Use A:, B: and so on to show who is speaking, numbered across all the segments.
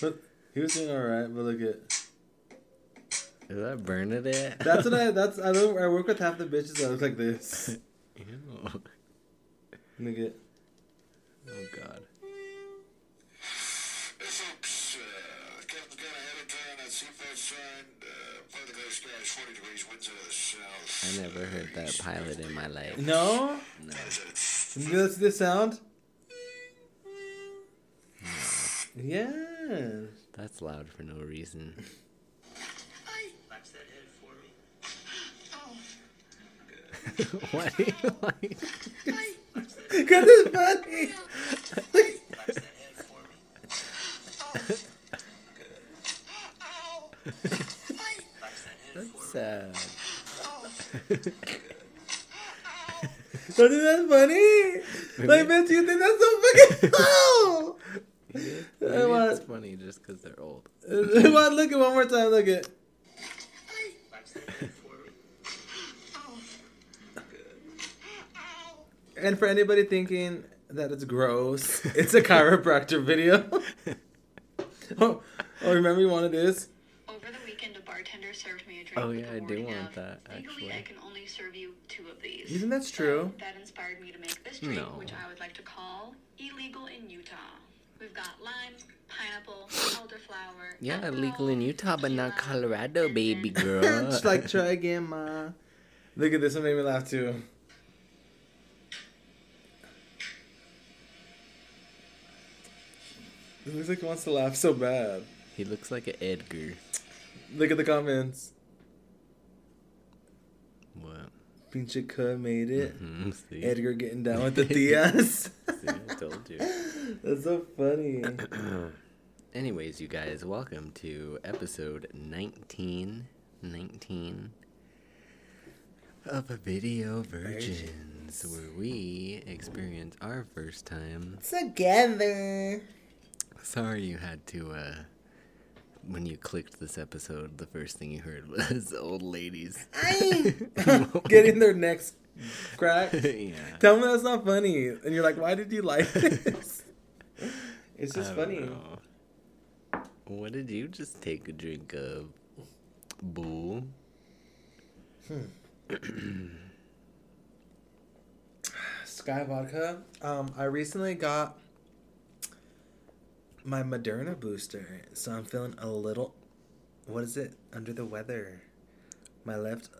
A: But he was doing all right. But look at
B: Is that Bernadette?
A: that's what I that's I don't I work with half the bitches that look like this.
B: Ew.
A: Look at
B: Oh god. I never heard that pilot in my life.
A: no.
B: No.
A: That's the sound. Yeah.
B: That's loud for no reason.
C: Flaps that head for me.
B: Why do you like
A: Cause it's funny.
C: Flaps that head for me. Flaps that head for me.
B: sad?
A: Don't you think that's funny? Like, bitch, you think that's so fucking cool?
B: Maybe
A: want-
B: it's funny just because they're old.
A: Come on, look at one more time. Look at.
C: Flaps that head for me.
A: And for anybody thinking that it's gross, it's a chiropractor video. oh, oh, remember you wanted this?
D: Over the weekend, a bartender served me a drink.
B: Oh,
D: with
B: yeah,
D: the
B: I do
D: warning
B: want
D: of,
B: that,
D: Legally,
B: actually.
D: I can only serve you two of these.
A: You think that's
D: So
A: true?
D: that inspired me to make this drink,
B: No.
D: which I would like to call illegal in Utah. We've got lime, pineapple, elderflower.
B: Yeah,
D: apple,
B: legal in Utah, but not
D: tequila,
B: Colorado,
D: and
B: baby
D: then-
B: girl.
A: Just like try again, ma. Look at this one made me laugh too. It looks like he wants to laugh so bad.
B: He looks like an Edgar.
A: Look at the comments.
B: What?
A: Pinche cuh made it.
B: Mm, see?
A: Edgar getting down with the tias.
B: See, I told you.
A: That's so funny.
B: Anyways, you guys, welcome to episode 19, 19 of a Video Virgins, where we experience our first time.
A: Together.
B: Sorry you had to, uh, when you clicked this episode, the first thing you heard was old ladies.
A: Getting their necks cracked.
B: yeah.
A: Tell me that's not funny. And you're like, why did you like this? It's just
B: I don't
A: funny.
B: know. What did you just take a drink of? Boo.
A: Sky Vodka. Um, I recently got my Moderna booster, so I'm feeling a little, what is it, under the weather. My left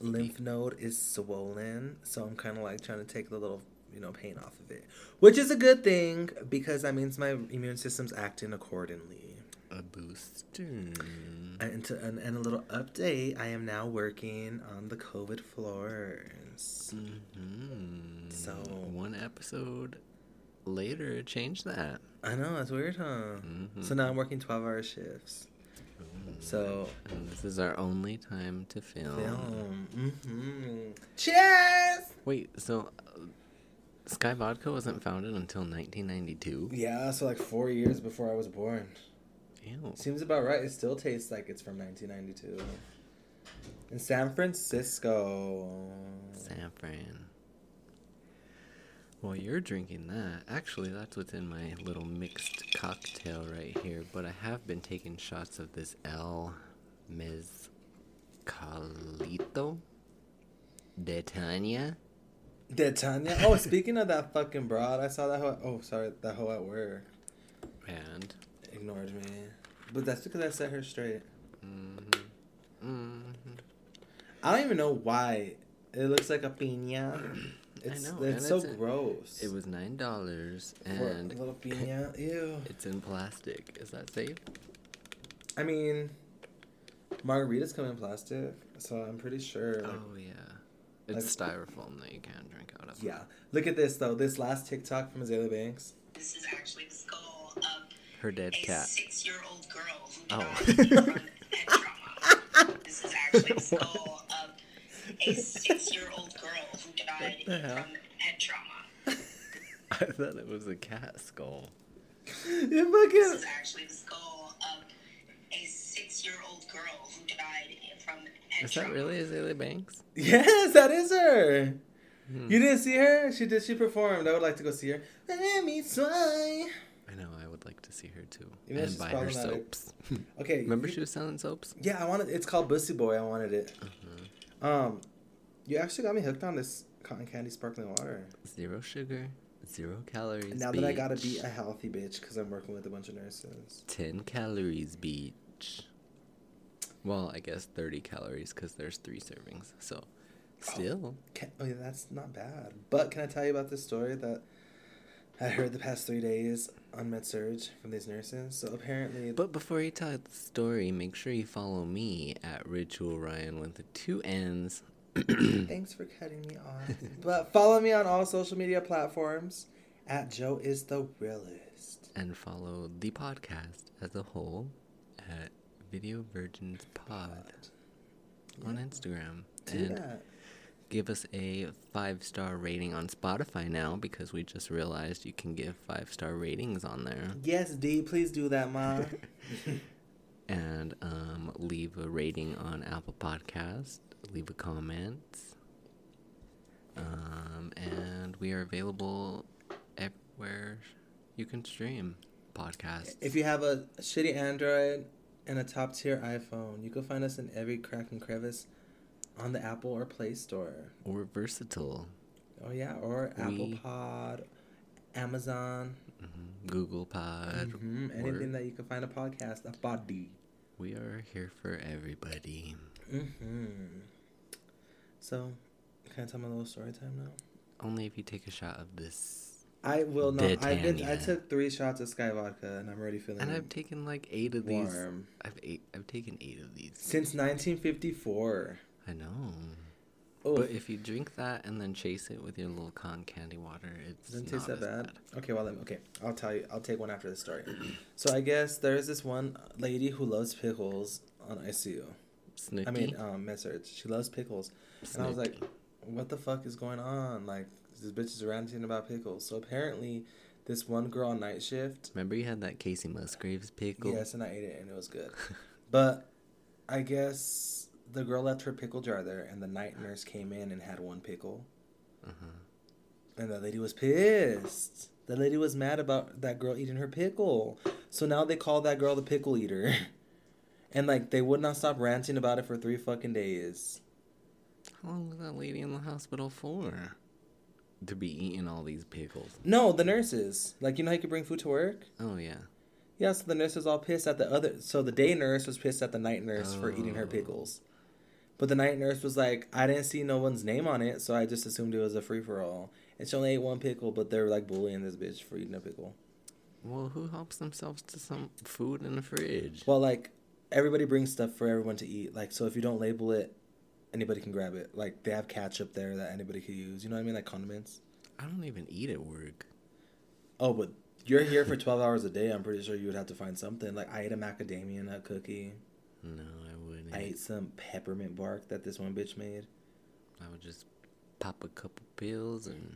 A: lymph node is swollen, so I'm kind of like trying to take the little, you know, pain off of it, which is a good thing because that means my immune system's acting accordingly.
B: A booster.
A: And, to, and, and a little update, I am now working on the COVID floors.
B: Mhm.
A: So-
B: one episode later, it changed that.
A: I know, that's weird, huh? So now I'm working 12 hour shifts. So,
B: And this is our only time to film.
A: film. hmm Cheers!
B: Wait, so uh, Sky Vodka wasn't founded until 1992?
A: Yeah, so like four years before I was born.
B: Ew.
A: Seems about right. It still tastes like it's from 1992. In San Francisco.
B: San Fran. Well, you're drinking that. Actually, that's what's in my little mixed cocktail right here. But I have been taking shots of this El Mezcalito de Tania.
A: Did Tanya? Oh, speaking of that fucking broad, I saw that hoe. Oh, sorry, that hoe at work
B: And.
A: ignored me. But that's because I set her straight. Mm-hmm.
B: Mm,
A: I don't even know why. It looks like a pina. It's,
B: know, and
A: it's so
B: it's a-
A: gross.
B: it was $9
A: For a
B: and
A: little pina. Ew.
B: it's in plastic. Is that safe?
A: I mean, margaritas come in plastic, so I'm pretty sure. Like,
B: oh, yeah. It's styrofoam that you can't drink out of.
A: Yeah. Look at this though. This last TikTok from Azalea Banks.
C: This is actually the skull of
B: Her dead
C: a
B: cat.
C: six-year-old girl who
B: Oh.
C: died from head trauma. This is actually the skull of a six-year-old girl who died
B: the hell?
C: from head trauma.
B: I thought it was a cat skull.
A: It
C: This is actually the skull of a six-year-old girl who died from head
B: Is that
C: trauma.
B: really Azalea Banks?
A: Yes, that is her.
B: Hmm.
A: You didn't see her? She did. She performed. I would like to go see her. Let me fly.
B: I know, I would like like to see her too.
A: Maybe that's
B: and
A: just
B: buy her
A: problematic.
B: soaps.
A: Okay.
B: Remember
A: you-
B: she was selling soaps?
A: Yeah, I wanted. It's called Bussy Boy. I wanted it. Um, you actually got me hooked on this cotton candy sparkling water.
B: Zero sugar, zero calories.
A: now that I gotta be
B: beach.
A: a healthy bitch because I'm working with a bunch of nurses.
B: 10 calories beach. Well, I guess 30 calories because there's three servings.
A: Oh.
B: So, still,
A: Can, oh yeah, that's not bad. But can I tell you about this story that I heard the past three days on MedSurge from these nurses? So apparently,
B: But before you tell the story, make sure you follow me at Ritual Ryan with the two N's.
A: thanks for cutting me off. but follow me on all social media platforms at Joe is the realist.
B: and follow the podcast as a whole at Video Virgins Pod on Instagram.
A: Do
B: and
A: that.
B: give us a five star rating on Spotify now because we just realized you can give five star ratings on there.
A: Yes, D. Please do that, ma.
B: And um, leave a rating on Apple Podcast. Leave a comment. Um, and we are available everywhere you can stream podcasts.
A: If you have a shitty Android and a top tier iPhone, you can find us in every crack and crevice on the Apple or Play Store.
B: We're versatile.
A: Oh yeah, or Apple
B: We-
A: Pod, Amazon,
B: Mhm. Google Pod.
A: mhm, anything
B: Word.
A: that you can find a podcast, a body.
B: We are here for everybody.
A: hmm So, can I tell my little story time now?
B: Only if you take a shot of this.
A: I will not. I've been. I
B: Britannia.
A: took three shots of Sky Vodka, and I'm already feeling
B: And I've taken like eight of these.
A: warm
B: I've eight. I've taken eight of these.
A: since 1954.
B: I know.
A: Oh,
B: But if you drink that and then chase it with your little con candy water, it's
A: Doesn't
B: not
A: taste that
B: as
A: bad. Okay, well, let me, okay, I'll tell you. I'll take one after the story. so I guess there's this one lady who loves pickles on ICU.
B: Snooky.
A: I mean, um, message. She loves pickles, and I was like,
B: Snooky.
A: "What the fuck is going on? Like, this bitch is ranting about pickles." So apparently, this one girl on night shift.
B: remember you had that Casey Musgraves pickle?
A: Yes, and I ate it, and it was good. but I guess the girl left her pickle jar there, and the night nurse came in and had one pickle.
B: Uh-huh.
A: And that lady was pissed. That lady was mad about that girl eating her pickle. So now they call that girl the pickle eater. And like they would not stop ranting about it for three fucking days.
B: How long was that lady in the hospital for? To be eating all these pickles.
A: No, the nurses. Like you know how you could bring food to work?
B: Oh yeah.
A: Yeah, so the nurse was all pissed at the other so the day nurse was pissed at the night nurse for eating her
B: Oh.
A: pickles. But the night nurse was like, I didn't see no one's name on it, so I just assumed it was a free for all. And she only ate one pickle, but they were like bullying this bitch for eating a pickle.
B: Well, who helps themselves to some food in the fridge?
A: Well, like everybody brings stuff for everyone to eat. Like, so if you don't label it, anybody can grab it. Like they have ketchup there that anybody could use. You know what I mean? Like condiments.
B: I don't even eat at work.
A: Oh, but you're here for twelve hours a day. I'm pretty sure you would have to find something. Like I ate a macadamia nut cookie.
B: No, I wouldn't.
A: I ate some peppermint bark that this one bitch made.
B: I would just pop a couple pills and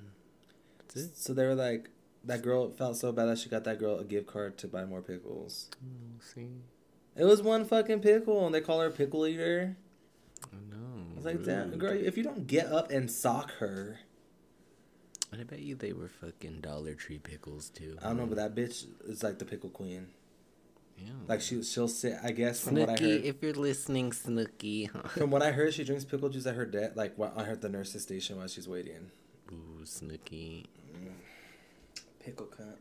B: that's it.
A: So they were like, that girl felt so bad that she got that girl a gift card to buy more pickles.
B: Oh, see,
A: It was one fucking pickle, and they call her pickle eater.
B: I know.
A: I was like, damn,
B: rude.
A: girl, if you don't get up and sock her.
B: And I bet you they were fucking Dollar Tree pickles too.
A: I don't know, but that bitch is like the pickle queen.
B: Yeah.
A: Like she she'll sit. I guess from what I
B: Snooki,
A: heard,
B: if you're listening, Snooki.
A: from what I heard, she drinks pickle juice at her debt. Like what I heard the nurses station while she's waiting.
B: Ooh, Snooki.
A: Pickle cup.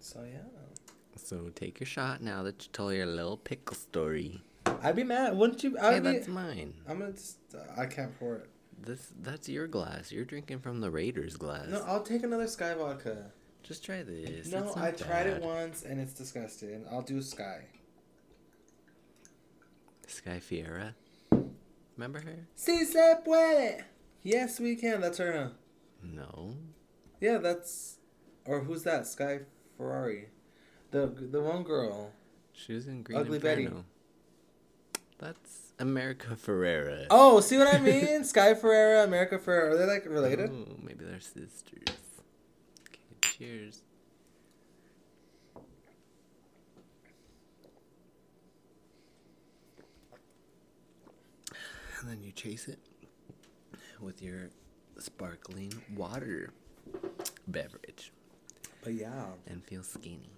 A: so yeah,
B: So take your shot now that you told your little pickle story.
A: I'd be mad, wouldn't you?
B: Hey,
A: I'd be,
B: that's mine.
A: I'm gonna. Just, uh, I can't pour it.
B: This that's your glass. You're drinking from the Raiders glass.
A: No, I'll take another Sky vodka.
B: Just try this.
A: no,
B: It's not
A: I tried it
B: bad.
A: once and it's disgusting. I'll do Sky.
B: Sky Fiera. Remember her?
A: Si se puede. Yes, we can. That's her. Huh?
B: No.
A: Yeah, that's. Or who's that? Sky Ferrari, the the one girl.
B: She was in Green
A: Ugly Betty.
B: Inferno. That's America Ferrera.
A: Oh, see what I mean? Sky Ferreira, America Ferrera. Are they like related?
B: Oh, maybe they're sisters. Okay, cheers. And then you chase it with your sparkling water beverage.
A: But yeah.
B: and feel skinny.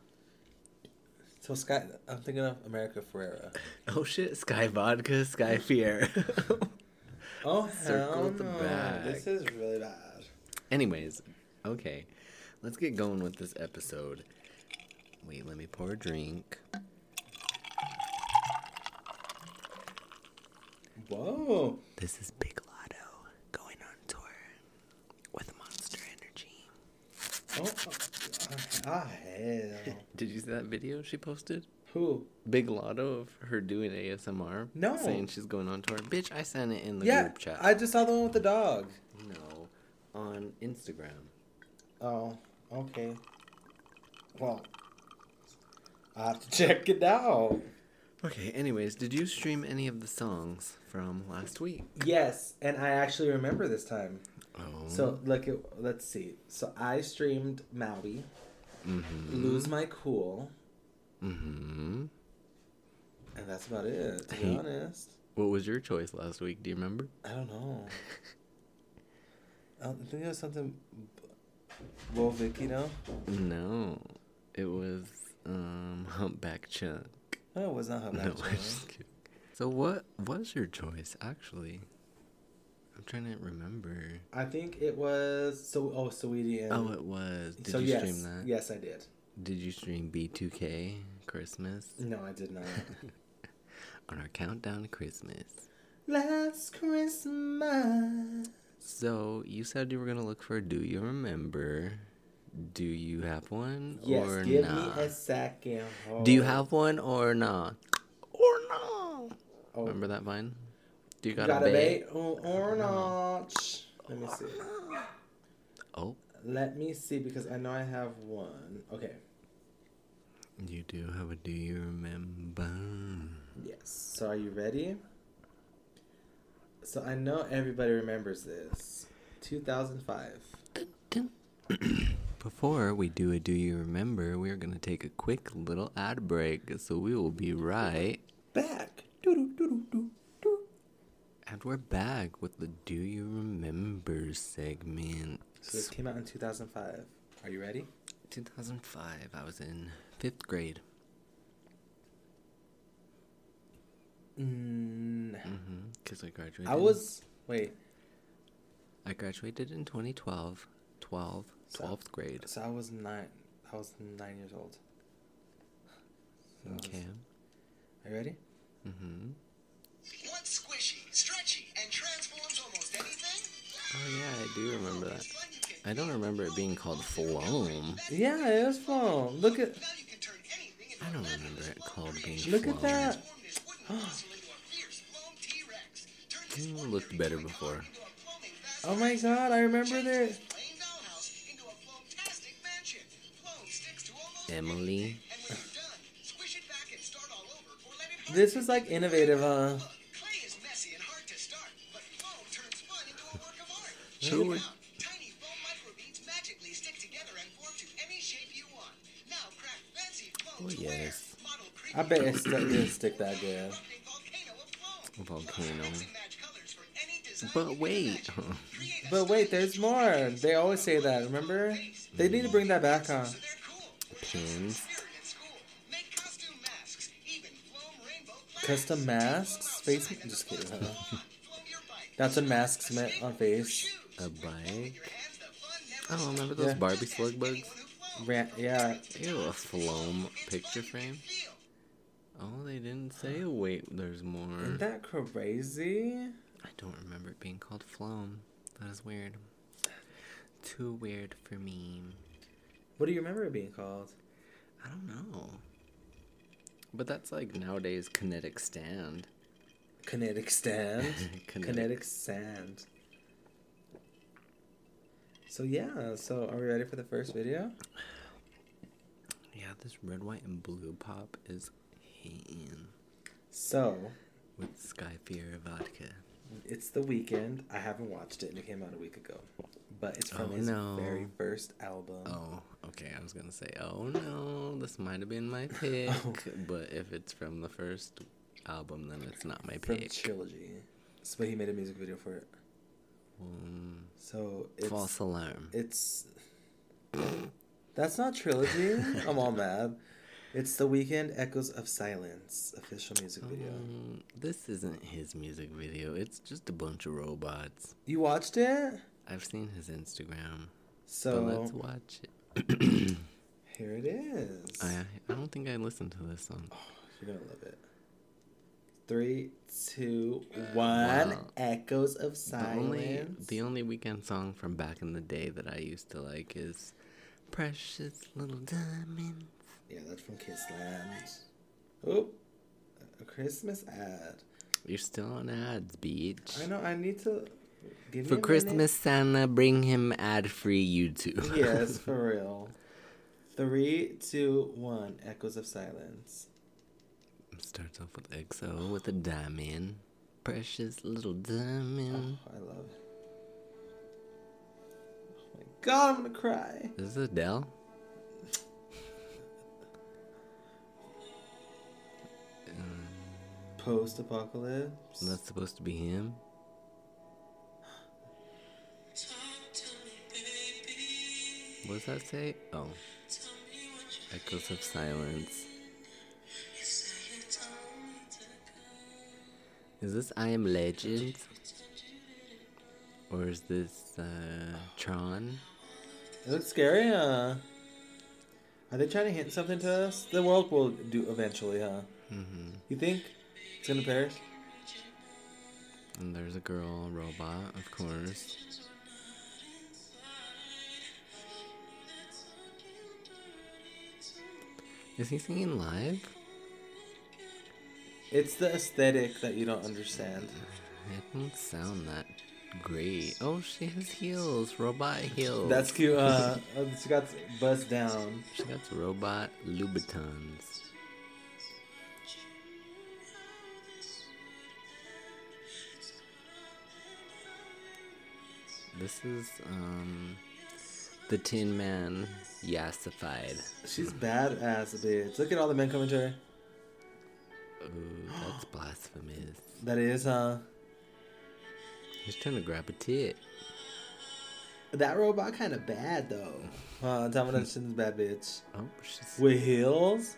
A: So Sky, I'm thinking of America Ferrera.
B: Oh shit, Sky Vodka, Sky Fier.
A: Oh
B: Circle
A: hell
B: the
A: no!
B: back.
A: This is really bad.
B: Anyways, okay. Let's get going with this episode. Wait, let me pour a drink.
A: Whoa!
B: This is Big Lotto going on tour with Monster Energy.
A: Oh, ah hell!
B: Did you see that video she posted?
A: Who?
B: Big Lotto of her doing ASMR.
A: No.
B: Saying she's going on tour. Bitch, I sent it in the
A: yeah,
B: group chat.
A: I just saw the one with the dog.
B: No. On Instagram.
A: Oh, okay. Well, I have to check it out.
B: Okay, anyways, did you stream any of the songs from last week?
A: Yes, and I actually remember this time.
B: Oh.
A: So look at let's see. So I streamed Maui,
B: Mm-hmm.
A: Lose My Cool,
B: Mm-hmm.
A: and that's about it. To
B: Hey.
A: be honest,
B: What was your choice last week? Do you remember?
A: I don't know. I don't- Oh, I think it was something. Well, Vicky, no,
B: No. It was um Humpback Chunk.
A: no, it was not her.
B: No, I'm just kidding. So what was your choice actually? I'm trying to remember.
A: I think it was so. Oh, Sweetie and
B: Oh, it was. Did
A: so
B: you
A: yes,
B: stream that?
A: yes, I did.
B: Did you stream B2K Christmas
A: No, I did not.
B: on our countdown to Christmas?
A: Last Christmas.
B: So you said you were gonna look for. Do you remember? Do you have one
A: Yes,
B: or
A: give
B: not?
A: me a second.
B: Do you
A: hold.
B: have one or not? Or no?
A: Oh,
B: Remember that vine? Do you
A: you
B: got,
A: got
B: a
A: a
B: bait?
A: bait or,
B: Uh-huh.
A: or not? Let me see.
B: Oh,
A: Let me see because I know I have one. Okay.
B: you do have a. Do you remember?
A: Yes. So are you ready? So I know everybody remembers this. 2005.
B: Before we do a Do You Remember, we are going to take a quick little ad break, so we will be right.
A: Back. Doo-doo-doo-doo-doo-doo.
B: And we're back with the Do You Remember segment.
A: So this came out in 2005. Are you ready?
B: 2005, I was in fifth grade.
A: Mm,
B: Because Mm-hmm, I graduated.
A: I was. Wait.
B: I graduated in 2012. 12,
A: So-
B: 12th grade.
A: So I was nine. I was nine years old. So I was-
B: Okay.
A: Are you ready?
B: Mm-hmm.
E: Once squishy, stretchy, and transforms almost anything?
B: Oh, yeah, I do remember that.
E: It's fun you can-
B: I don't remember it being called Floam.
A: Yeah, it was fun. Look at.
E: Now you can turn anything into
B: I don't
E: a
B: remember it called being
A: Look at
B: Floam.
A: that.
E: Transform this wooden muscle into a fierce foam T-Rex. Turn this
B: Mm,
E: ordinary
B: looked better
E: toy car
B: before.
E: into a plumbing
A: Oh my god, I remember
E: Change
A: this.
E: this plain dollhouse into a floamtastic mansion. Floam sticks to almost
B: Emily.
E: anything, And when you're done, squish it back and start all over or let it harden.
A: This was like innovative, huh?
E: Look, clay is messy and hard to start, but foam turns fun into a work of art.
B: Who
E: Check
B: would-
E: it out. Tiny foam microbeads magically stick together and form to any shape you want. Now craft fancy foam
B: Oh,
E: to
B: yes.
E: wear. Model
A: I bet it stuck, didn't stick that good.
E: erupting volcano of foam.
B: Volcano.
E: Plus, mix and match colors for any design
B: But
E: you can
B: wait.
E: imagine. Create a
A: But wait, there's more. They always say that, remember? They need to bring that back, huh?
E: so they're cool.
B: Pins.
E: Spirit at school. Make costume masks, even foam rainbow flags.
A: Custom
E: Take
A: masks?
E: foam
A: Face-
E: outside and
A: just
E: the
A: kidding,
E: fun
A: huh?
E: is on. Foam your bike.
A: That's what masks meant on face.
B: A
E: bike.
B: bike? I don't remember those
A: Yeah.
B: Barbie slug bugs.
A: Ra- yeah.
B: Ew, a Floam picture frame. Oh, they didn't say. Wait, there's more.
A: Isn't that crazy?
B: I don't remember it being called Floam. That is weird. Too weird for me.
A: What do you remember it being called?
B: I don't know. But that's like nowadays kinetic stand.
A: Kinetic stand.
B: Kinetic.
A: Kinetic sand. So yeah, so are we ready for the first video?
B: Yeah, this red, white, and blue pop is hitting
A: So
B: with Sky Fear Vodka.
A: it's the weekend. I haven't watched it and it came out a week ago. But it's from
B: Oh,
A: his
B: no.
A: very first album.
B: Oh, okay. I was gonna say, oh no, this might have been my pick, but if it's from the first album, then it's not my
A: from
B: pick.
A: Trilogy. So, but he made a music video for it.
B: Um,
A: So it's
B: false alarm.
A: it's That's not trilogy. I'm all mad. It's The Weekend Echoes of Silence official music video.
B: Um, this isn't his music video. It's just a bunch of robots.
A: You watched it?
B: I've seen his Instagram, so let's
A: So
B: watch it.
A: here it is.
B: I I don't think I listened to this song.
A: You're gonna love it. Three, two, one.
B: Wow.
A: Echoes of
B: The only
A: Silence.
B: the only weekend song from back in the day that I used to like is "Precious Little Diamonds."
A: Yeah, that's from Kissland. Oh, a Christmas ad.
B: You're still on ads, bitch.
A: I know. I need to. Give
B: For
A: me a minute.
B: Christmas, Santa, bring him ad-free YouTube.
A: yes, for real. Three, two, one. Echoes of Silence.
B: Starts off with XO with a diamond. Precious little diamond.
A: I love it. Oh my god, I'm gonna cry.
B: Is this Adele?
A: Post apocalypse.
B: That's supposed to be him? What does that say? Oh. Echoes of Silence. Is this I Am Legend? Or is this uh, Tron?
A: It looks scary, huh? Are they trying to hint something to us? The world will do eventually, huh?
B: hmm
A: You think it's gonna perish?
B: And there's a girl robot, of course. Is he singing live?
A: It's the aesthetic that you don't understand.
B: It doesn't sound that great. Oh, she has heels, robot heels.
A: That's cute. Uh, oh, she got buzzed down.
B: She got robot Louboutins. This is um the Tin Man yassified.
A: She's badass, bitch. Look at all the men coming to her.
B: Ooh, that's blasphemous.
A: That is, huh?
B: He's trying to grab a tit.
A: That robot kind of bad though. Uh, Domination's bad, bitch.
B: Oh, she's
A: With heels?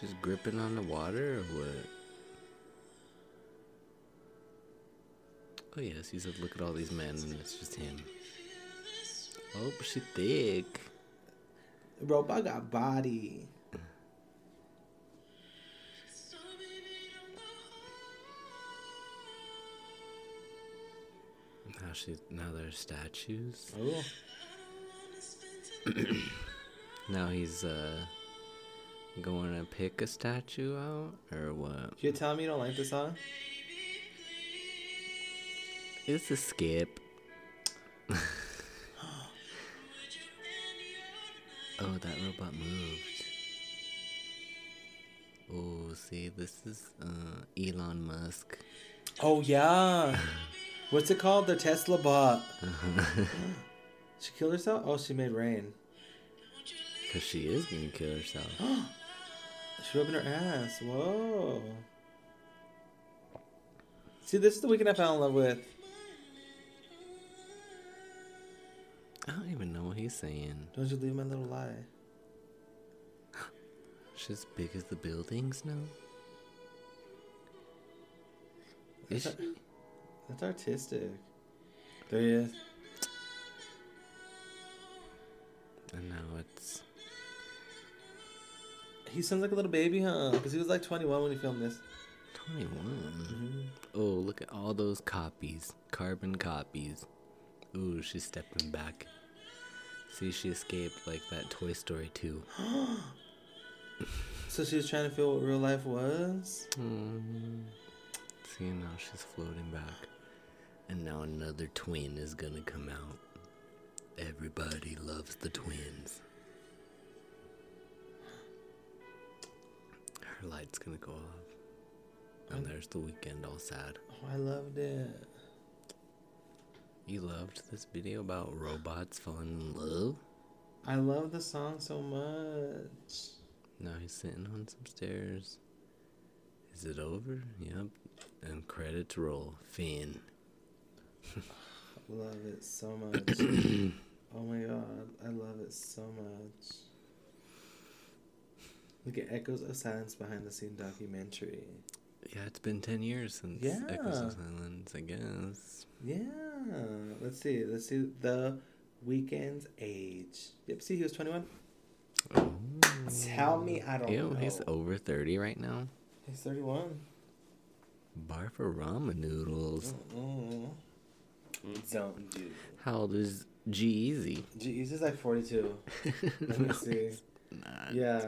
B: she's gripping on the water or what? Oh yes, he said, "Look at all these men," and it's just him. Oh, she thick.
A: Robot got body.
B: Now she now there's statues.
A: Oh,
B: Now he's uh going to pick a statue out or what?
A: you tell me you don't like this song?
B: It's a skip. oh, that robot moved. Oh, see, this is uh, Elon Musk.
A: Oh yeah. What's it called? The Tesla bot. she killed herself. Oh, she made rain.
B: Because she is going to kill herself.
A: She rubbing her ass. Whoa. See, this is the weekend I fell in love with.
B: I don't even know what he's saying.
A: Don't you leave my little lie.
B: She's as big as the buildings now? Is
A: That's,
B: she?
A: that's artistic. There he is.
B: And now it's.
A: He sounds like a little baby, huh? Because he was like 21 when he filmed this.
B: 21. Oh, look at all those copies. Carbon copies. Ooh, she's stepping back. See, she escaped like that Toy Story 2.
A: So she was trying to feel what real life was.
B: Mm. See, now she's floating back. And now another twin is gonna come out. Everybody loves the twins. Her light's gonna go off. And there's the weekend all sad.
A: Oh, I loved it.
B: You loved this video about robots falling in love?
A: I love the song so much.
B: Now he's sitting on some stairs. Is it over? Yep. And credits roll. Finn.
A: Love it so much. oh my god, I love it so much. Look at Echoes of Silence behind the scene documentary.
B: Yeah, it's been 10 years since Echoes of Silence, I guess.
A: Yeah. Let's see. Let's see the weekend's age. Yep. See, he was 21.
B: Oh.
A: Tell me, I don't
B: Ew,
A: know.
B: he's over 30 right now.
A: He's 31.
B: Bar for ramen noodles.
A: Oh. Mm-mm. Don't do.
B: How old is G Easy?
A: Gee, he's just like 42. Let me see. Yeah.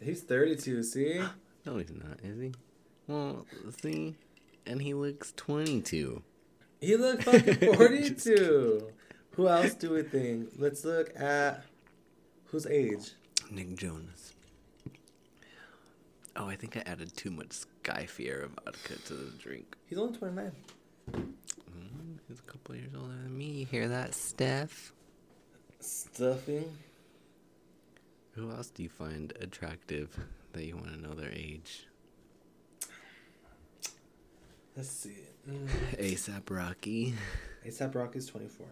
A: He's 32, see?
B: No, he's not, is he? Well, see? And he looks 22.
A: He looked fucking 42. Who else do we think? Let's look at whose age?
B: Nick Jonas. Oh, I think I added too much Sky Fiera vodka to the drink.
A: He's only 29.
B: Mm, he's a couple years older than me. You hear that, Steph?
A: Stuffing.
B: Who else do you find attractive that you want to know their age?
A: Let's see. Mm.
B: ASAP Rocky.
A: ASAP Rocky's 24.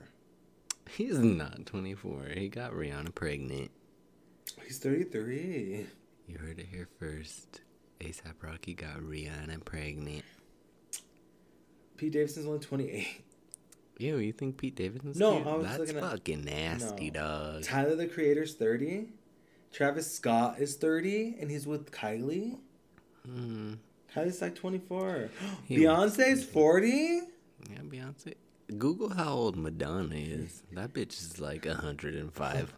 B: He's not 24. He got Rihanna pregnant.
A: He's 33.
B: You heard it here first. ASAP Rocky got Rihanna pregnant.
A: Pete Davidson's only 28.
B: Ew, you think Pete Davidson's
A: No,
B: cute?
A: I was
B: That's
A: looking at-
B: fucking nasty,
A: No.
B: dog.
A: Tyler the Creator's 30. Travis Scott is 30 and he's with Kylie.
B: Hmm.
A: Kylie's like 24.
B: He-
A: Beyonce's 40?
B: Yeah, Beyonce. Google how old Madonna is. That bitch is like 105.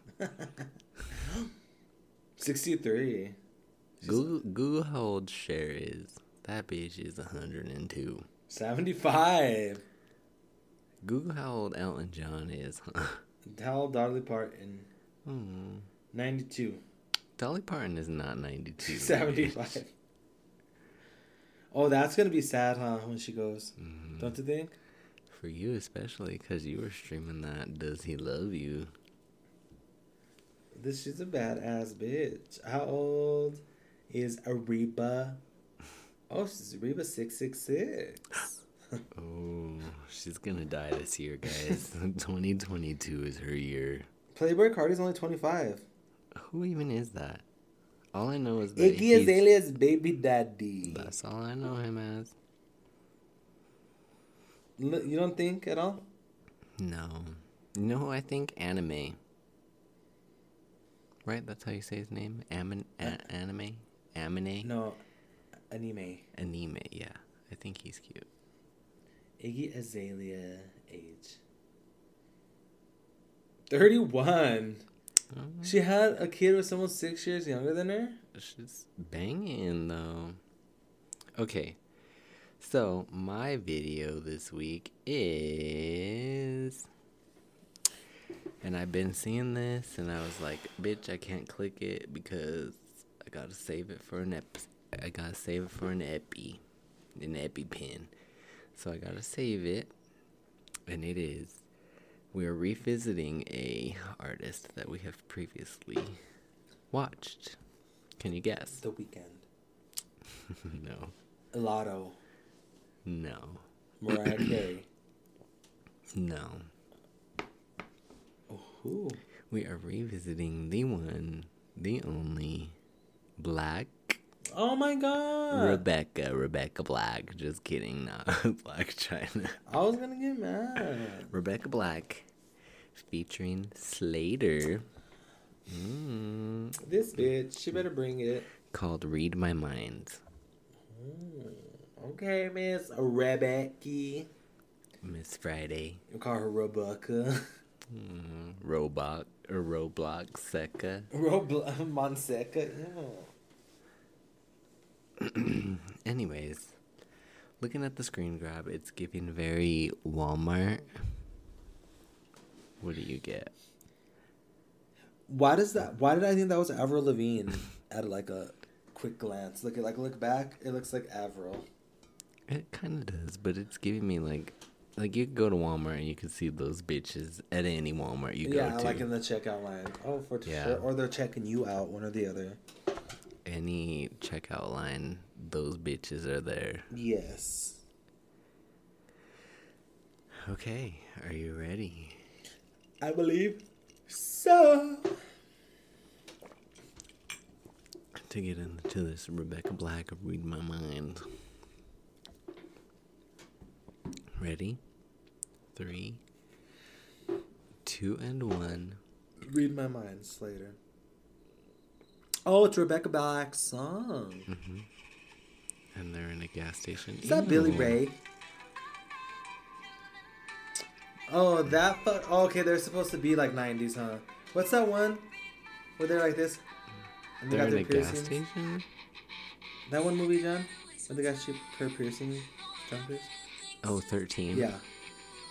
A: 63.
B: Google, Google how old Cher is. That bitch is 102.
A: 75.
B: Google how old Elton John is.
A: Tell Dolly Parton.
B: Hmm.
A: 92.
B: Dolly Parton is not 92.
A: 75. Oh, that's going to be sad, huh, when she goes.
B: Mm-hmm.
A: Don't you think?
B: For you especially, because you were streaming that Does He Love You?
A: This She's a badass bitch. How old is Ariba? Oh, she's Ariba 666.
B: Oh, she's gonna die this year, guys. 2022 is her year.
A: Playboy Cardi's only 25.
B: Who even is that? All I know is that
A: Iggy
B: he's-
A: Azalea's baby daddy.
B: That's all I know him as.
A: L- You don't think at all?
B: No. You know who I think? Anime. Right? That's how you say his name? Amin- a- anime? Amine?
A: No. Anime.
B: Anime, yeah. I think he's cute.
A: Iggy Azalea age. 31.
B: Oh,
A: She had a kid with someone six years younger than her?
B: she's banging, though. Okay. So, my video this week is. And I've been seeing this, and I was like, bitch, I can't click it because I gotta save it for an ep. I gotta save it for an epi, an EpiPen. So I gotta save it, and it is. We are revisiting a artist that we have previously watched. Can you guess?
A: The weekend.
B: no,
A: Lotto.
B: no,
A: Mariah Carey.
B: no.
A: Ooh.
B: We are revisiting the one, the only, Black
A: Oh my god.
B: Rebecca, Rebecca Black. Just kidding, not Black China.
A: I was gonna get mad.
B: Rebecca Black featuring Slater mm,
A: This bitch, she better bring it.
B: called Read My Mind.
A: Okay, Miss Rebecca.
B: Miss Friday,
A: We call her Rebecca.
B: mm, Roblox, or Roblox Seca.
A: Robla Monseca. Yeah.
B: Anyways, looking at the screen grab, it's giving very Walmart. What do you get?
A: Why does that? Why did I think that was Avril Lavigne at like a quick glance? Look at like look back. It looks like Avril.
B: It kind of does, but it's giving me like, like you could go to Walmart and you can see those bitches at any Walmart you
A: yeah,
B: go to.
A: like in the checkout line. Oh, for
B: Yeah.
A: sure. Or they're checking you out, one or the other.
B: any checkout line, those bitches are there.
A: Yes.
B: Okay, are you ready?
A: I believe so.
B: to get into this Rebecca Black of Read My Mind. Ready? Three, two, and one.
A: Read my mind, Slater. Oh, it's Rebecca Black's song.
B: And they're in a gas station.
A: Is that Billy
B: Ew.
A: Ray? Oh, that fuck. Oh, okay, they're supposed to be like 90s, huh? What's that one? Where they're like this? And they
B: They're
A: got
B: in
A: their
B: a gas
A: piercings?
B: station?
A: That one movie, John? Where they got she, her piercing? John Pierce?
B: Oh, 13?
A: Yeah.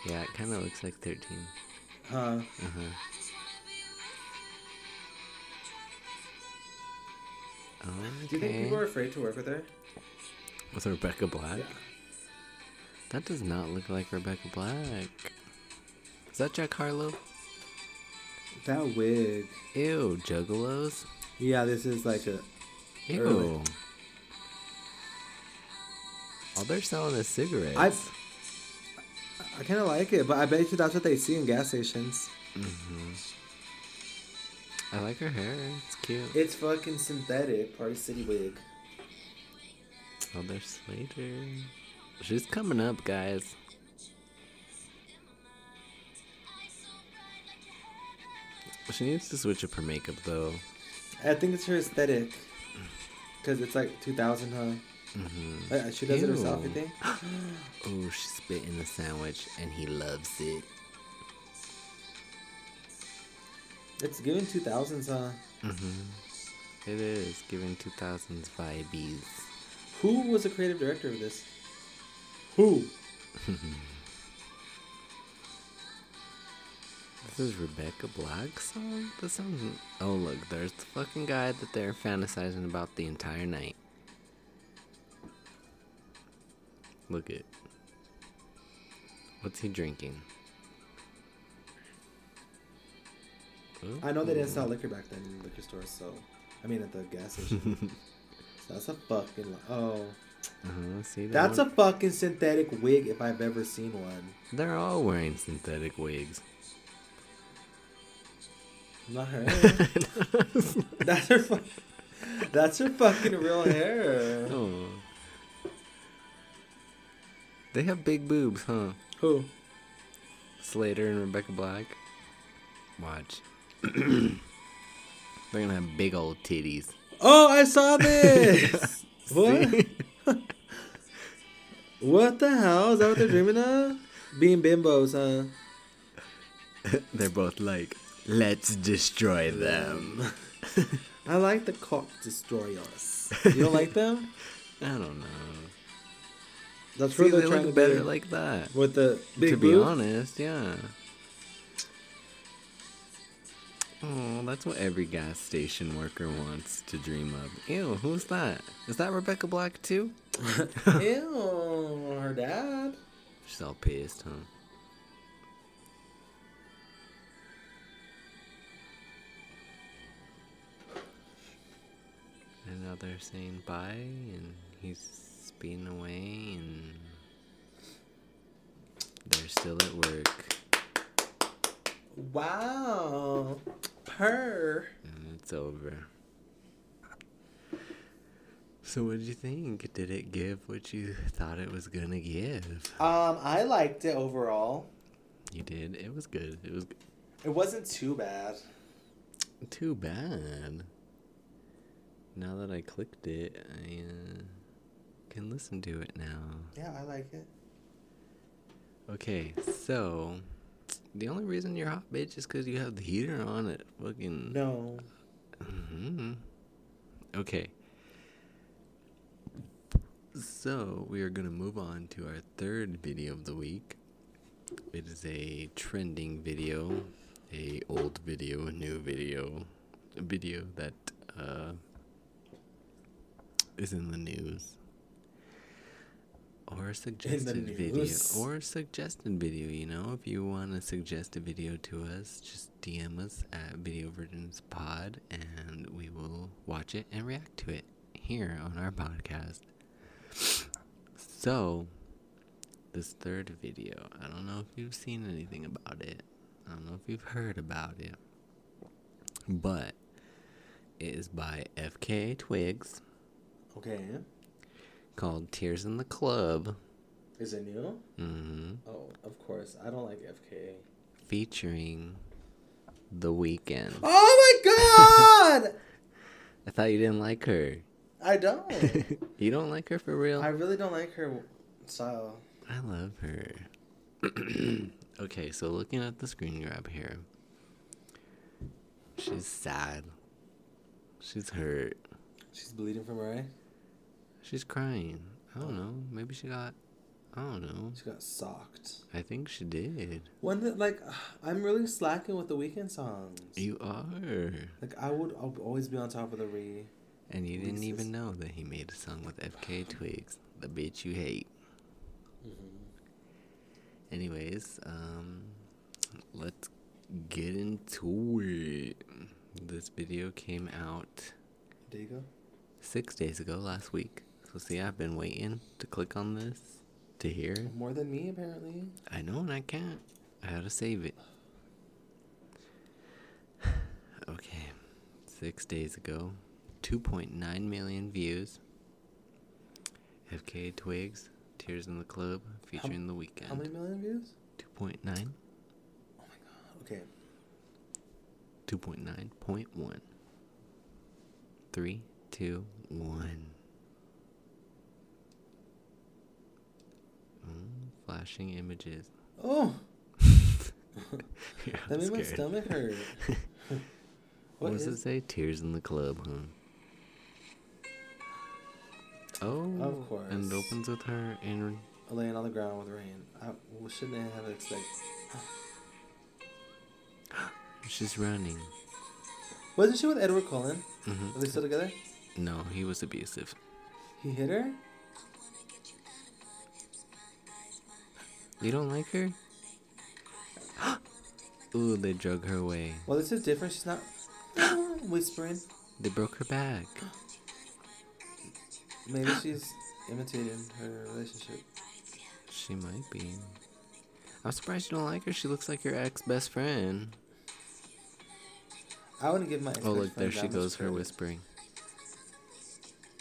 B: Yeah, it kind of looks like Uh-huh. 13.
A: Huh. Do
B: Okay.
A: you think people are afraid to work with her?
B: With Rebecca Black?
A: Yeah.
B: That does not look like Rebecca Black. Is that Jack Harlow?
A: That wig.
B: Ew, Juggalos?
A: Yeah, this is like a.
B: Ew.
A: Early.
B: All they're selling is cigarettes.
A: I. I kind of like it, but I bet you that's what they see in gas stations.
B: I like her hair. It's cute.
A: It's fucking synthetic, Party City wig.
B: oh, there's Slater. She's coming up, guys. She needs to switch up her makeup, though.
A: I think it's her aesthetic. Because it's like 2000, huh? Uh, she does it herself, you
B: Ew.
A: think?
B: Oh, she spit in the sandwich, and he loves it.
A: It's giving 2000s, huh?
B: It is giving 2000s vibes.
A: Who was the creative director of this? Who?
B: This is Rebecca Black's song? This sounds. Oh, look, there's the fucking guy that they're fantasizing about the entire night. Look it. What's he drinking?
A: I know they didn't sell liquor back then in liquor stores, so. I mean, at the gas station. so that's a fucking. Li- oh.
B: Uh-huh, see, they
A: That's a
B: want-
A: fucking synthetic wig if I've ever seen one.
B: They're all wearing synthetic wigs.
A: Not her. that's her. Fu- that's her fucking real hair.
B: Oh. They have big boobs, huh?
A: Who?
B: Slater and Rebecca Black. Watch. They're gonna have big old titties.
A: Oh, I saw this. what? What the hell? Is that what they're dreaming of? Being bimbos, huh?
B: They're both like, let's destroy them.
A: I like the cock destroyers. You don't like them?
B: I don't know.
A: That's
B: See,
A: where
B: they
A: they're trying to
B: look
A: better,
B: better
A: like
B: like that.
A: with the big
B: to be
A: boob?
B: honest, yeah. Oh, that's what every gas station worker wants to dream of. Ew, who's that? Is that Rebecca Black too?
A: Ew, her dad.
B: She's all pissed, huh? And now they're saying bye, and he's speeding away, and they're still at work,
A: Wow. Purr.
B: and it's over. So, what'd you think? Did it give what you thought it was gonna give?
A: Um, I liked it overall.
B: You did. It was good. It was
A: It wasn't too bad.
B: Too bad. Now that I clicked it, I uh, can listen to it now.
A: Yeah, I like it.
B: Okay, so the only reason you're hot, bitch, is because you have the heater on it. Fucking.
A: No.
B: Mhm. Okay. So we are gonna move on to our third video of the week. It is a trending video, a old video, a new video, a video that uh, is in the news, or a suggested video,
A: news.
B: or a suggested video. You know, if you want to suggest a video to us, just DM us at Video Virgins Pod, and we will watch it and react to it here on our podcast. So, this third video, I don't know if you've seen anything about it. I don't know if you've heard about it. But is by FKA Twigs
A: Okay.
B: called Tears in the Club,
A: Is it new?
B: hmm
A: Oh, of course. I don't like FKA.
B: featuring The Weeknd.
A: Oh my god!
B: I thought you didn't like her.
A: I don't.
B: you don't like her for real?
A: I really don't like her style.
B: I love her. okay, so looking at the screen grab here, she's sad. She's hurt.
A: She's bleeding from her eye.
B: She's crying. I don't know. Maybe she got. I don't know.
A: She got socked.
B: I think she did.
A: When the, like, I'm really slacking with the weekend songs.
B: You are.
A: Like I would al- always be on top of the re.
B: And you didn't
A: Reese's.
B: even know that he made a song with FK Twigs, the bitch you hate. Anyways, um, let's get into it. This video came out
A: There you go.
B: six days ago last week. So see, I've been waiting to click on this to hear it.
A: More than me apparently.
B: I know, and I can't. I had to save it. okay, six days ago, 2.9 million views. FK Twigs, Tears in the Club, featuring The Weeknd.
A: How many million views?
B: 2.9,
A: Oh my god. Okay.
B: 2.9.1. 3, 2, 1. Mm, flashing images.
A: Oh,
B: Yeah,
A: that
B: I'm
A: made my
B: scared.
A: stomach hurt.
B: What
A: What
B: does it
A: is-
B: say? Tears in the club, huh? Oh,
A: Of course.
B: And it opens with her and
A: Laying on the ground with rain. I well, shouldn't I have expected.
B: she's running.
A: Wasn't she with Edward Cullen?
B: hmm
A: Are they still together?
B: No, he was abusive.
A: He hit her.
B: You don't like her? Ooh, they drug her away.
A: Well, this is different. She's not whispering.
B: They broke her back.
A: Maybe she's imitating her relationship.
B: She might be. I'm surprised you don't like her. She looks like your ex best friend.
A: I wouldn't give my.
B: Oh, look,
A: ex-boyfriend
B: there
A: that
B: she
A: much
B: goes, her
A: credit.
B: whispering.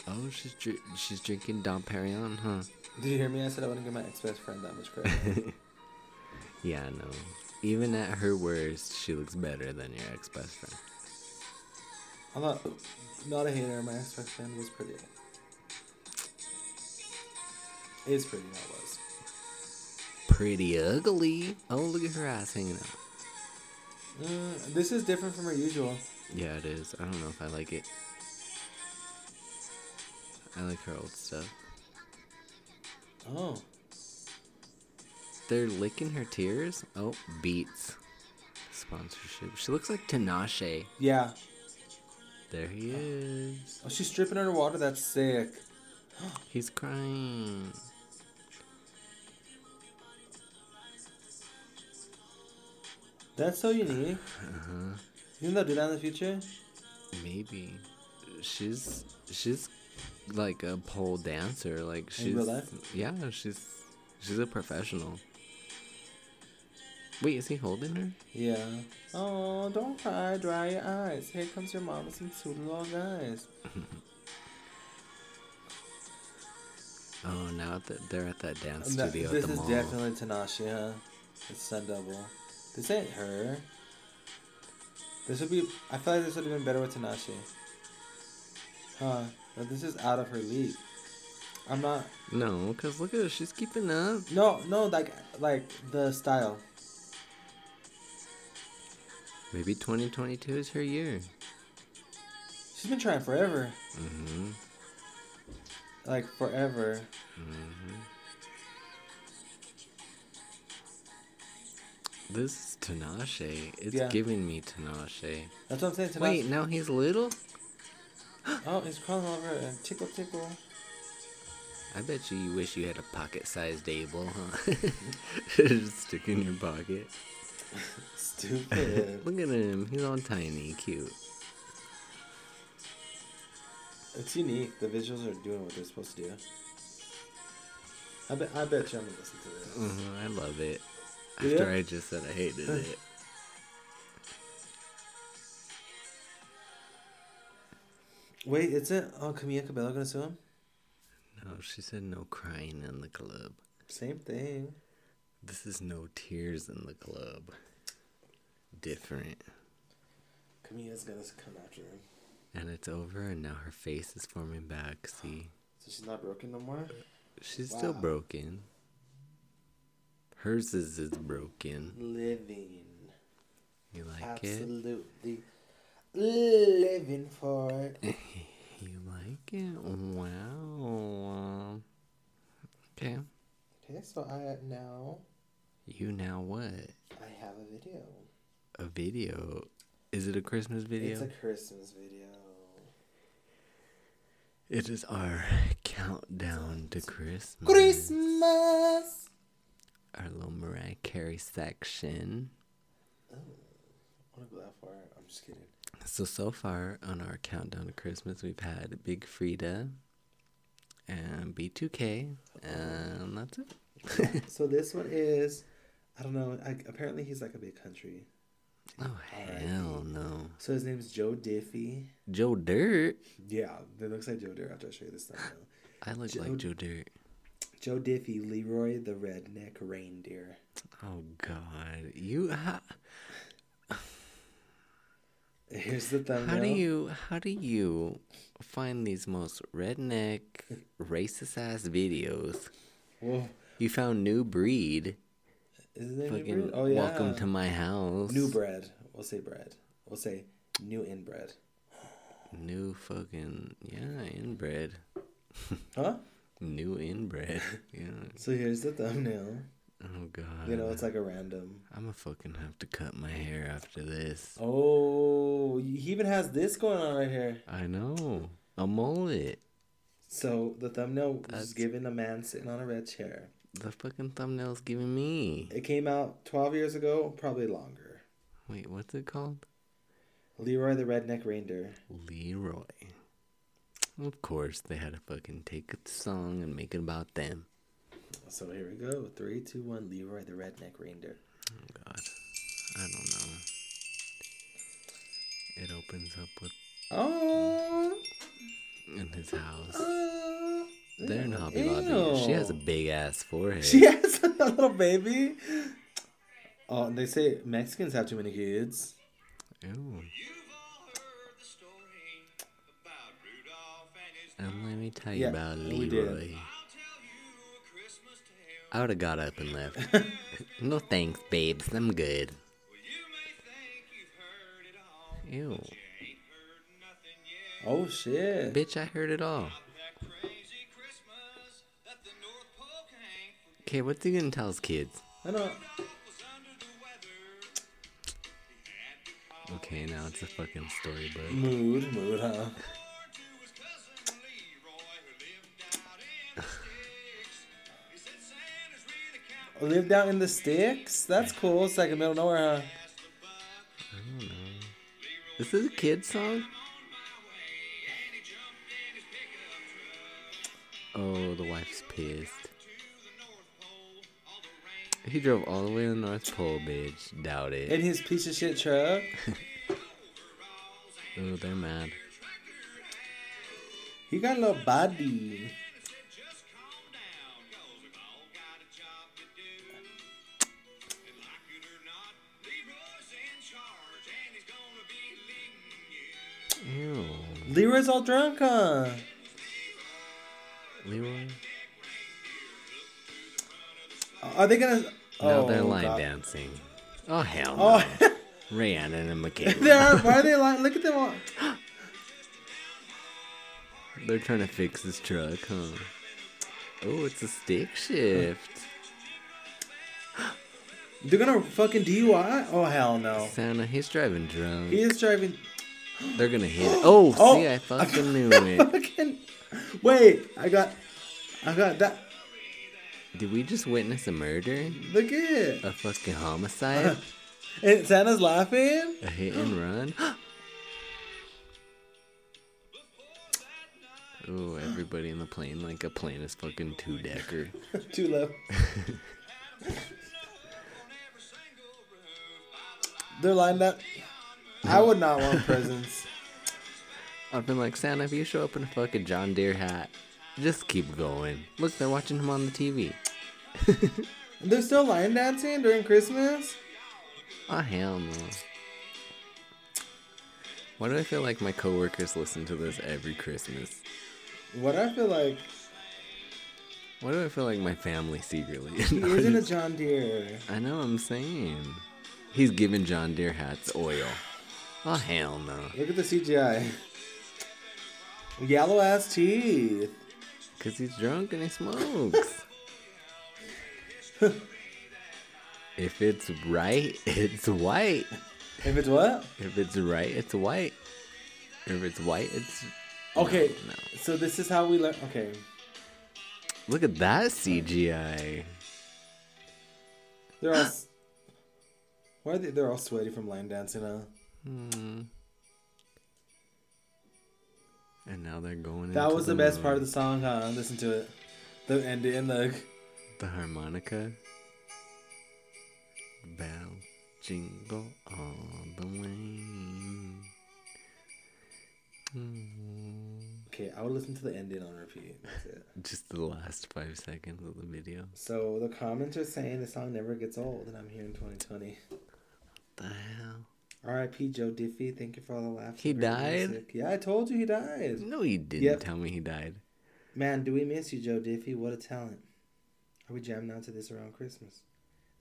B: Oh, she's dr- she's drinking Dom Perignon, huh?
A: Did you hear me? I said I wouldn't give my ex best friend that much credit.
B: yeah, no. Even at her worst, she looks better than your ex best friend.
A: I'm not not a hater. My ex friend was pretty. Is pretty. That was.
B: Pretty ugly. Oh, look at her ass hanging out.
A: Mm, this is different from her usual.
B: Yeah, it is. I don't know if I like it. I like her old stuff.
A: Oh,
B: They're licking her tears. Oh, Beats. Sponsorship. She looks like Tinashe.
A: yeah.
B: There he is.
A: Oh, she's stripping underwater. That's sick.
B: He's crying.
A: That's so unique.
B: Uh-huh.
A: You think they'll do that in the future?
B: Maybe. She's she's like a pole dancer. Like she's
A: In real life?
B: yeah, she's she's a professional. Wait, is he holding her?
A: Yeah. Oh, don't cry. Dry your eyes. Here comes your mom with some two long eyes.
B: Oh, now that they're at that dance
A: That-
B: studio
A: this
B: at the
A: is
B: mall.
A: definitely Tanashi, huh? It's Sun Double. This ain't her. This would be. I feel like this would have been better with Tanashi. Huh? But this is out of her league. I'm not.
B: No, cause look at her, she's keeping up.
A: No, no, like, like the style.
B: Maybe 2022 is her year.
A: She's been trying forever.
B: hmm
A: Like forever.
B: Mm-hmm. This is Tinashe. It's
A: Yeah.
B: giving me Tinashe.
A: That's what I'm saying. Tanashi.
B: Wait, now he's little.
A: Oh, he's crawling over and tickle, tickle.
B: I bet you, you wish you had a pocket-sized able, huh? Just stick in your pocket.
A: Stupid.
B: Look at him. He's all tiny, cute.
A: It's unique. The visuals are doing what they're supposed to do. I bet. I bet you I'm gonna listen to this.
B: Mhm, I love it.
A: Yeah?
B: After I just said I hated it.
A: Wait, is it? Oh, Camila Cabello gonna sue him?
B: No, she said no crying in the club.
A: Same thing.
B: This is no tears in the club. Different.
A: Camila's gonna come after him.
B: And it's over, and now her face is forming back. See,
A: So she's not broken no more?
B: she's still
A: Wow.
B: broken. Hers is, is broken.
A: Living.
B: You like it?
A: Absolutely. Living for it.
B: You like it? Wow. Okay.
A: Okay, so I now
B: You now what?
A: I have a video.
B: A video. Is it a Christmas video?
A: It's a Christmas video.
B: It is our countdown to Christmas.
A: Christmas.
B: Our little Mariah Carey section.
A: What a that for? I'm just kidding.
B: So, so far on our countdown to Christmas, we've had Big Frida and B2K, and that's it.
A: so this one is, I don't know. I, apparently he's like a big country.
B: Oh, hell no.
A: So his name's Joe Diffie.
B: Joe Dirt.
A: Yeah, it looks like Joe Dirt after I show you this thumbnail.
B: I look
A: Joe-
B: like Joe Dirt.
A: Joe Diffie, Leroy the Redneck Reindeer.
B: Oh, God. You. How,
A: Here's the thumbnail.
B: how do you. How do you find these most redneck, racist ass videos?
A: Whoa,
B: You found New Breed.
A: is it new
B: Fucking
A: bread? Oh yeah.
B: Welcome to my house.
A: new bread. We'll say bread. We'll say new inbred.
B: New fucking. Yeah, inbred.
A: Huh?
B: New inbred. yeah.
A: So here's the thumbnail.
B: Oh god.
A: You know, it's like a random.
B: I'm gonna fucking have to cut my hair after this.
A: Oh, he even has this going on right here.
B: I know. A mullet.
A: So the thumbnail
B: That's-
A: was given a man sitting on a red chair.
B: The fucking thumbnail's giving me.
A: It came out 12 years ago, probably longer.
B: Wait, what's it called?
A: Leroy the Redneck Reindeer.
B: Leroy. Of course, they had to fucking take a song and make it about them.
A: So here we go. Three, two, one. Leroy the Redneck Reindeer.
B: Oh god. I don't know. It opens up with
A: Oh,
B: in his house.
A: oh.
B: They're in Hobby Lobby. She has a big ass forehead.
A: She has a little baby. Oh, and they say Mexicans have too many kids.
B: Ew.
E: You've all heard the story about Rudolph and his
B: And let me tell you
A: Yeah,
B: about
A: we did.
B: Leroy.
E: I'll tell you a Christmas tale.
B: I would have got up and left. no thanks, babes. I'm good.
E: Well, you may think you've heard it all.
B: Ew.
E: but you ain't heard
A: Oh
E: nothing yet.
A: shit.
B: Bitch, I heard it all.
E: About that crazy Christmas that the North Pole can't forget.
B: Okay, what's he gonna tell his kids?
A: I know.
E: Rudolph was under the weather. He had to call
B: Okay, now it's a fucking storybook.
A: Mood, mood, huh?
E: Or to his cousin Leroy, who lived out in the sticks. He said Santa's really counting
A: Lived out in the sticks. That's cool. It's like in middle of nowhere, huh?
E: past the buck.
B: Is this a kid song?
E: I'm on my way, and he jumped in his pickup truck
B: Oh, the wife's pissed.
E: to the North Pole. All the rain
B: He drove all the way to the North Pole, bitch. Doubt
A: In
B: it.
A: his piece of shit truck.
E: rolls
B: Oh, they're mad.
E: and tractor high.
A: He got a little body.
E: And he said, just calm down, cause we've all got a job to do. And like it or not, Leroy's in charge, and he's gonna be leading you.
B: Ew.
A: Leroy's all drunk, huh?
B: Leroy?
A: Are they gonna?
B: Now they're line
A: Oh, God.
B: dancing. Oh, hell no.
A: Oh,
B: Rihanna and
A: they
B: Michaela.
A: are. Why are they line? Look at them all.
B: They're trying to fix this truck, huh? Oh, it's a stick shift.
A: They're gonna fucking DUI. Oh hell no.
B: Santa, he's driving drunk.
A: He is driving.
B: They're gonna hit it. Oh,
A: Oh.
B: see, I fucking knew it.
A: Fucking. Wait, I got. I got that.
B: Did we just witness a murder?
A: Look at.
B: A fucking homicide?
A: And Santa's laughing.
B: A hit and run? Oh, everybody in the plane like a plane is fucking two decker.
A: Too low. They're lined up. I would not want presents.
B: I've been like, Santa, if you show up in a fucking John Deere hat, just keep going. Look, they're watching him on the TV.
A: They're still line dancing during Christmas?
B: Ah, hell no. Why do I feel like my coworkers listen to this every Christmas?
A: What I feel like
B: Why do I feel like my family secretly?
A: he isn't a John Deere.
B: I know, I'm saying. He's giving John Deere hats oil. Oh, hell no.
A: Look at the CGI. Yellow ass teeth.
B: Because he's drunk and he smokes. if it's right, it's white.
A: If it's what?
B: If it's right, it's white. If it's white, it's.
A: Okay.
B: No, no.
A: So this is how we learn. Okay.
B: Look at that CGI.
A: They're all. s- Why are they? They're all sweaty from line dancing. Huh? Hmm.
B: And now they're going.
A: That
B: into
A: was the best
B: mood.
A: part of the song, huh? Listen to it. The end and look.
B: The harmonica. Bell jingle all the way.
A: Okay, I would listen to the ending on repeat. That's it.
B: Just the last five seconds of the video.
A: So the comments are saying the song never gets old, and I'm here in 2020.
B: The hell?
A: R.I.P. Joe Diffie. Thank you for all the laughs.
B: He
A: and great
B: died?
A: music. Yeah, I told you he died.
B: No, he didn't
A: Yep.
B: tell me he died.
A: Man, do we miss you, Joe Diffie? What a talent. Are we jammed out to this around Christmas?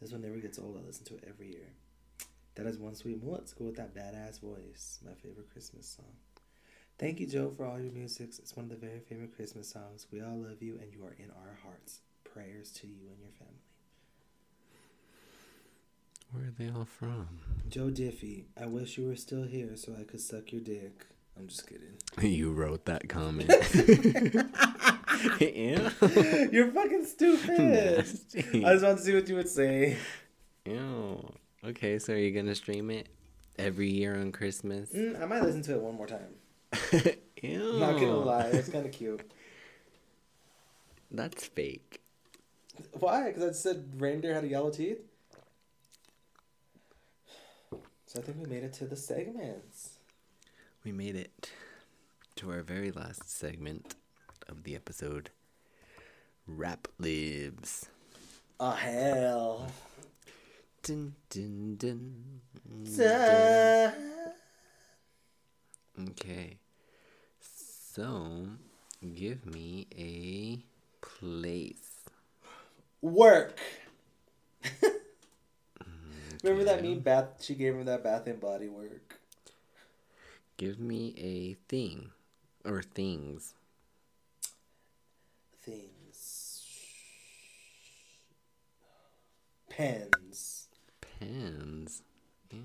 A: This one never gets old. I listen to it every year. That is one sweet. Well, let's go with that badass voice. My favorite Christmas song. Thank you, Joe, for all your musics. It's one of the very favorite Christmas songs. We all love you, and you are in our hearts. Prayers to you and your family.
B: Where are they all from?
A: Joe Diffie, I wish you were still here so I could suck your dick. I'm just kidding.
B: You wrote that comment. yeah.
A: You're fucking stupid.
B: Nasty.
A: I just want to see what you would say.
B: Ew. Okay, so are you gonna stream it every year on Christmas?
A: Mm, I might listen to it one more time.
B: Ew.
A: Not gonna lie, it's kind of cute.
B: That's fake.
A: Why? Because I said reindeer had a yellow teeth. So I think we made it to the segments.
B: We made it to our very last segment of the episode. Rap lives.
A: Oh hell!
B: Dun, dun, dun. Okay. So, give me a place.
A: Work. Remember that meme? Bath. She gave him that Bath and Body Work.
B: Give me a thing or things.
A: Things. Pens.
B: Pens. Yeah.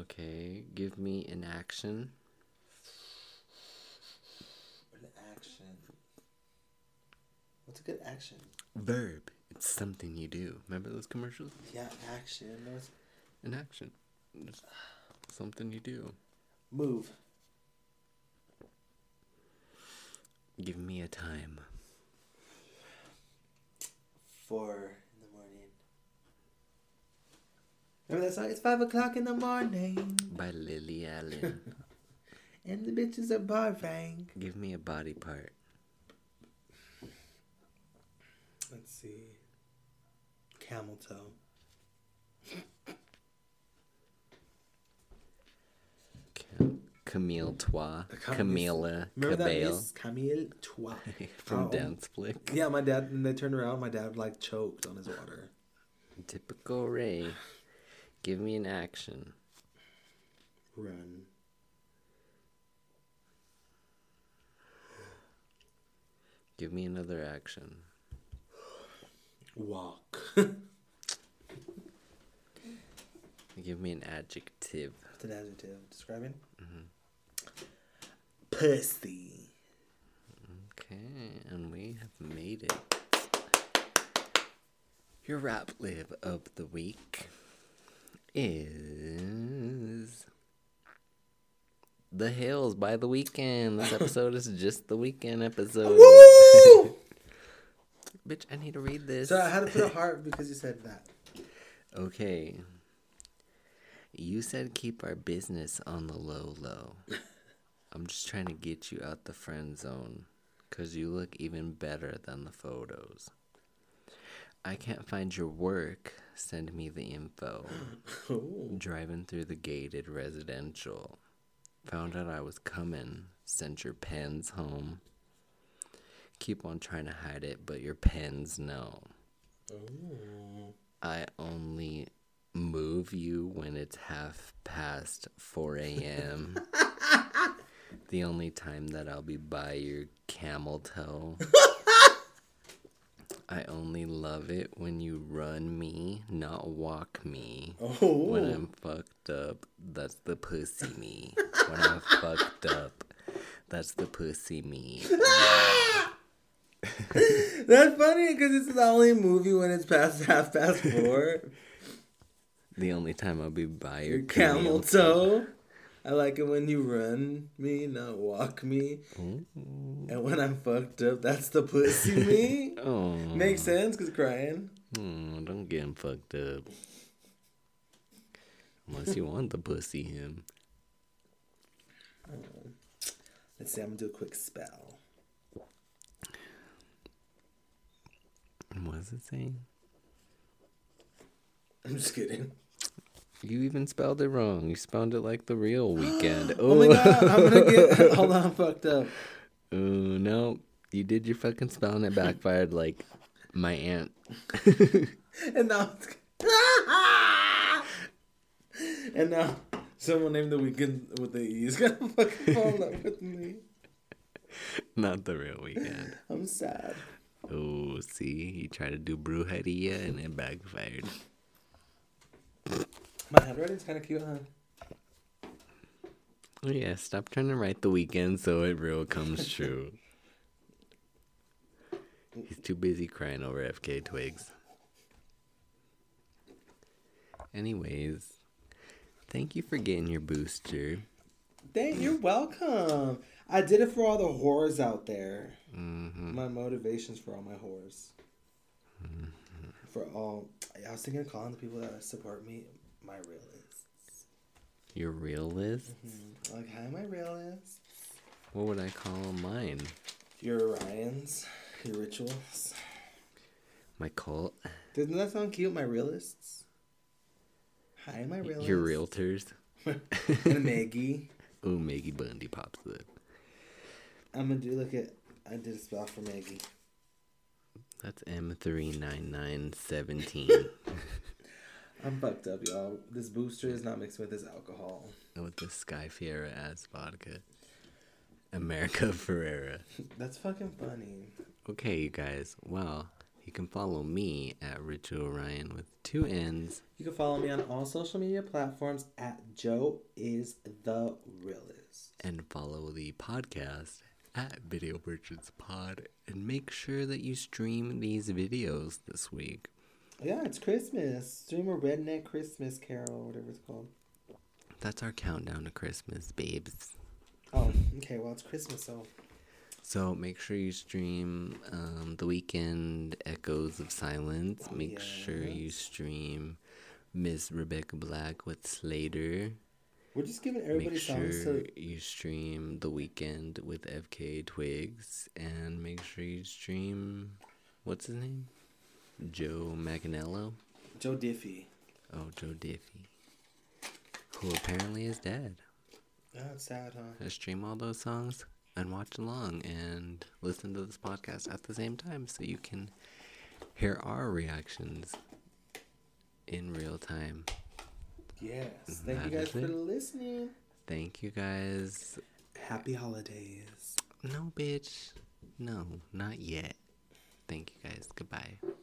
B: Okay, give me an action.
A: An action. What's a good action?
B: Verb. It's something you do. Remember those commercials?
A: Yeah, action. There was
B: An action. Just something you do.
A: move.
B: Give me a time.
A: four in the morning. Remember that song? It's five o'clock in the morning,
B: By Lily Allen.
A: and the bitches are barfing.
B: give me a body part.
A: Let's see. Camel toe.
B: Cam- Camille Trois.
A: I can't
B: Camila
A: Remember that
B: Cabello.
A: Miss Camille Trois
B: From
A: Oh.
B: Dance Flick.
A: Yeah, my dad. And they turned around. My dad like choked on his water.
B: Typical Ray. Give me an action.
A: Run.
B: Give me another action.
A: Walk. That's
B: Give me an adjective.
A: an adjective describing.
B: Mm-hmm.
A: Pussy.
B: Okay, and we have made it. Your rap live of the week is The Hills by the Weekend. This episode is just the weekend episode.
A: Woo!
B: Bitch, I need to read this.
A: so I had to put a heart because you said that.
B: Okay. You said keep our business on the low low. I'm just trying to get you out the friend zone because you look even better than the photos. I can't find your work. Send me the info.
A: Oh.
B: Driving through the gated residential. Found out I was coming. Sent your pens home. Keep on trying to hide it, but your pens know. I only move you when it's half past 4 a.m. the only time that I'll be by your camel toe. I only love it when you run me, not walk me. When
A: Oh.
B: I'm fucked up, that's the pussy me. When I'm fucked up, that's the pussy me.
A: That's funny because it's the only movie when it's past half past four.
B: The only time I'll be by your
A: Your camel
B: camel
A: toe. I like it when you run me, not walk me.
B: toe.
A: And when I'm fucked up, that's the pussy me.
B: Oh,
A: Makes sense because crying.
B: Oh, don't get him fucked up. Unless you want the pussy him.
A: Let's see, I'm gonna do a quick spell.
B: What's it saying?
A: I'm just kidding.
B: You even spelled it wrong. You spelled it like the real weekend.
A: Oh my god, I'm gonna get. Hold on, I'm fucked up.
B: Oh no, you did your fucking spell and it backfired like my aunt.
A: And now. and now, someone named the weekend with the E is gonna fucking fall in love with me.
B: Not the real weekend.
A: I'm sad.
B: Oh, see, you tried to do brujeria and it backfired.
A: My handwriting's kind of cute, huh?
B: Oh yeah, stop trying to write the weekend so it real comes true. He's too busy crying over FK Twigs. Anyways, thank you for getting your booster.
A: Thank you're welcome. I did it for all the whores out there.
B: hmm
A: My motivations for all my whores. For all, I was thinking of calling the people that support me my realists.
B: Your realist?
A: Like, hi, my realists.
B: What would I call mine?
A: Your Orions, your rituals.
B: My cult?
A: Doesn't that sound cute? My realists. Hi, my realists.
B: Your realtors?
A: and Maggie.
B: Ooh, Maggie Bundy pops up.
A: I'm gonna do like a. I did a spell for Maggie.
B: That's M39917.
A: I'm fucked up, y'all. This booster is not mixed with this alcohol.
B: with the Sky Fiera as vodka. America Ferrera.
A: That's fucking funny.
B: Okay, you guys. Well, you can follow me at Ritual Ryan with two N's.
A: You can follow me on all social media platforms at Joe is the realist.
B: and follow the podcast at Video Merchants Pod and make sure that you stream these videos this week.
A: Yeah, it's Christmas. Stream a redneck Christmas carol, whatever it's called.
B: That's our countdown to Christmas, babes.
A: Oh, okay. Well, it's Christmas, so
B: So make sure you stream um, the weekend Echoes of Silence. Make sure you stream Miss Rebecca Black with Slater.
A: we're just giving
B: Make
A: everybody
B: sure
A: songs to.
B: you stream the weekend with FK Twigs, and make sure you stream what's his name, Joe Maganello.
A: Joe Diffie.
B: Oh, Joe Diffie, who apparently is dead.
A: Oh, it's sad, huh?
B: I stream all those songs and watch along and listen to this podcast at the same time, so you can hear our reactions in real time.
A: Yes. Thank you
B: That
A: guys
B: is
A: for
B: it.
A: listening.
B: Thank you guys.
A: Happy holidays.
B: No, bitch. No, not yet. Thank you guys. Goodbye.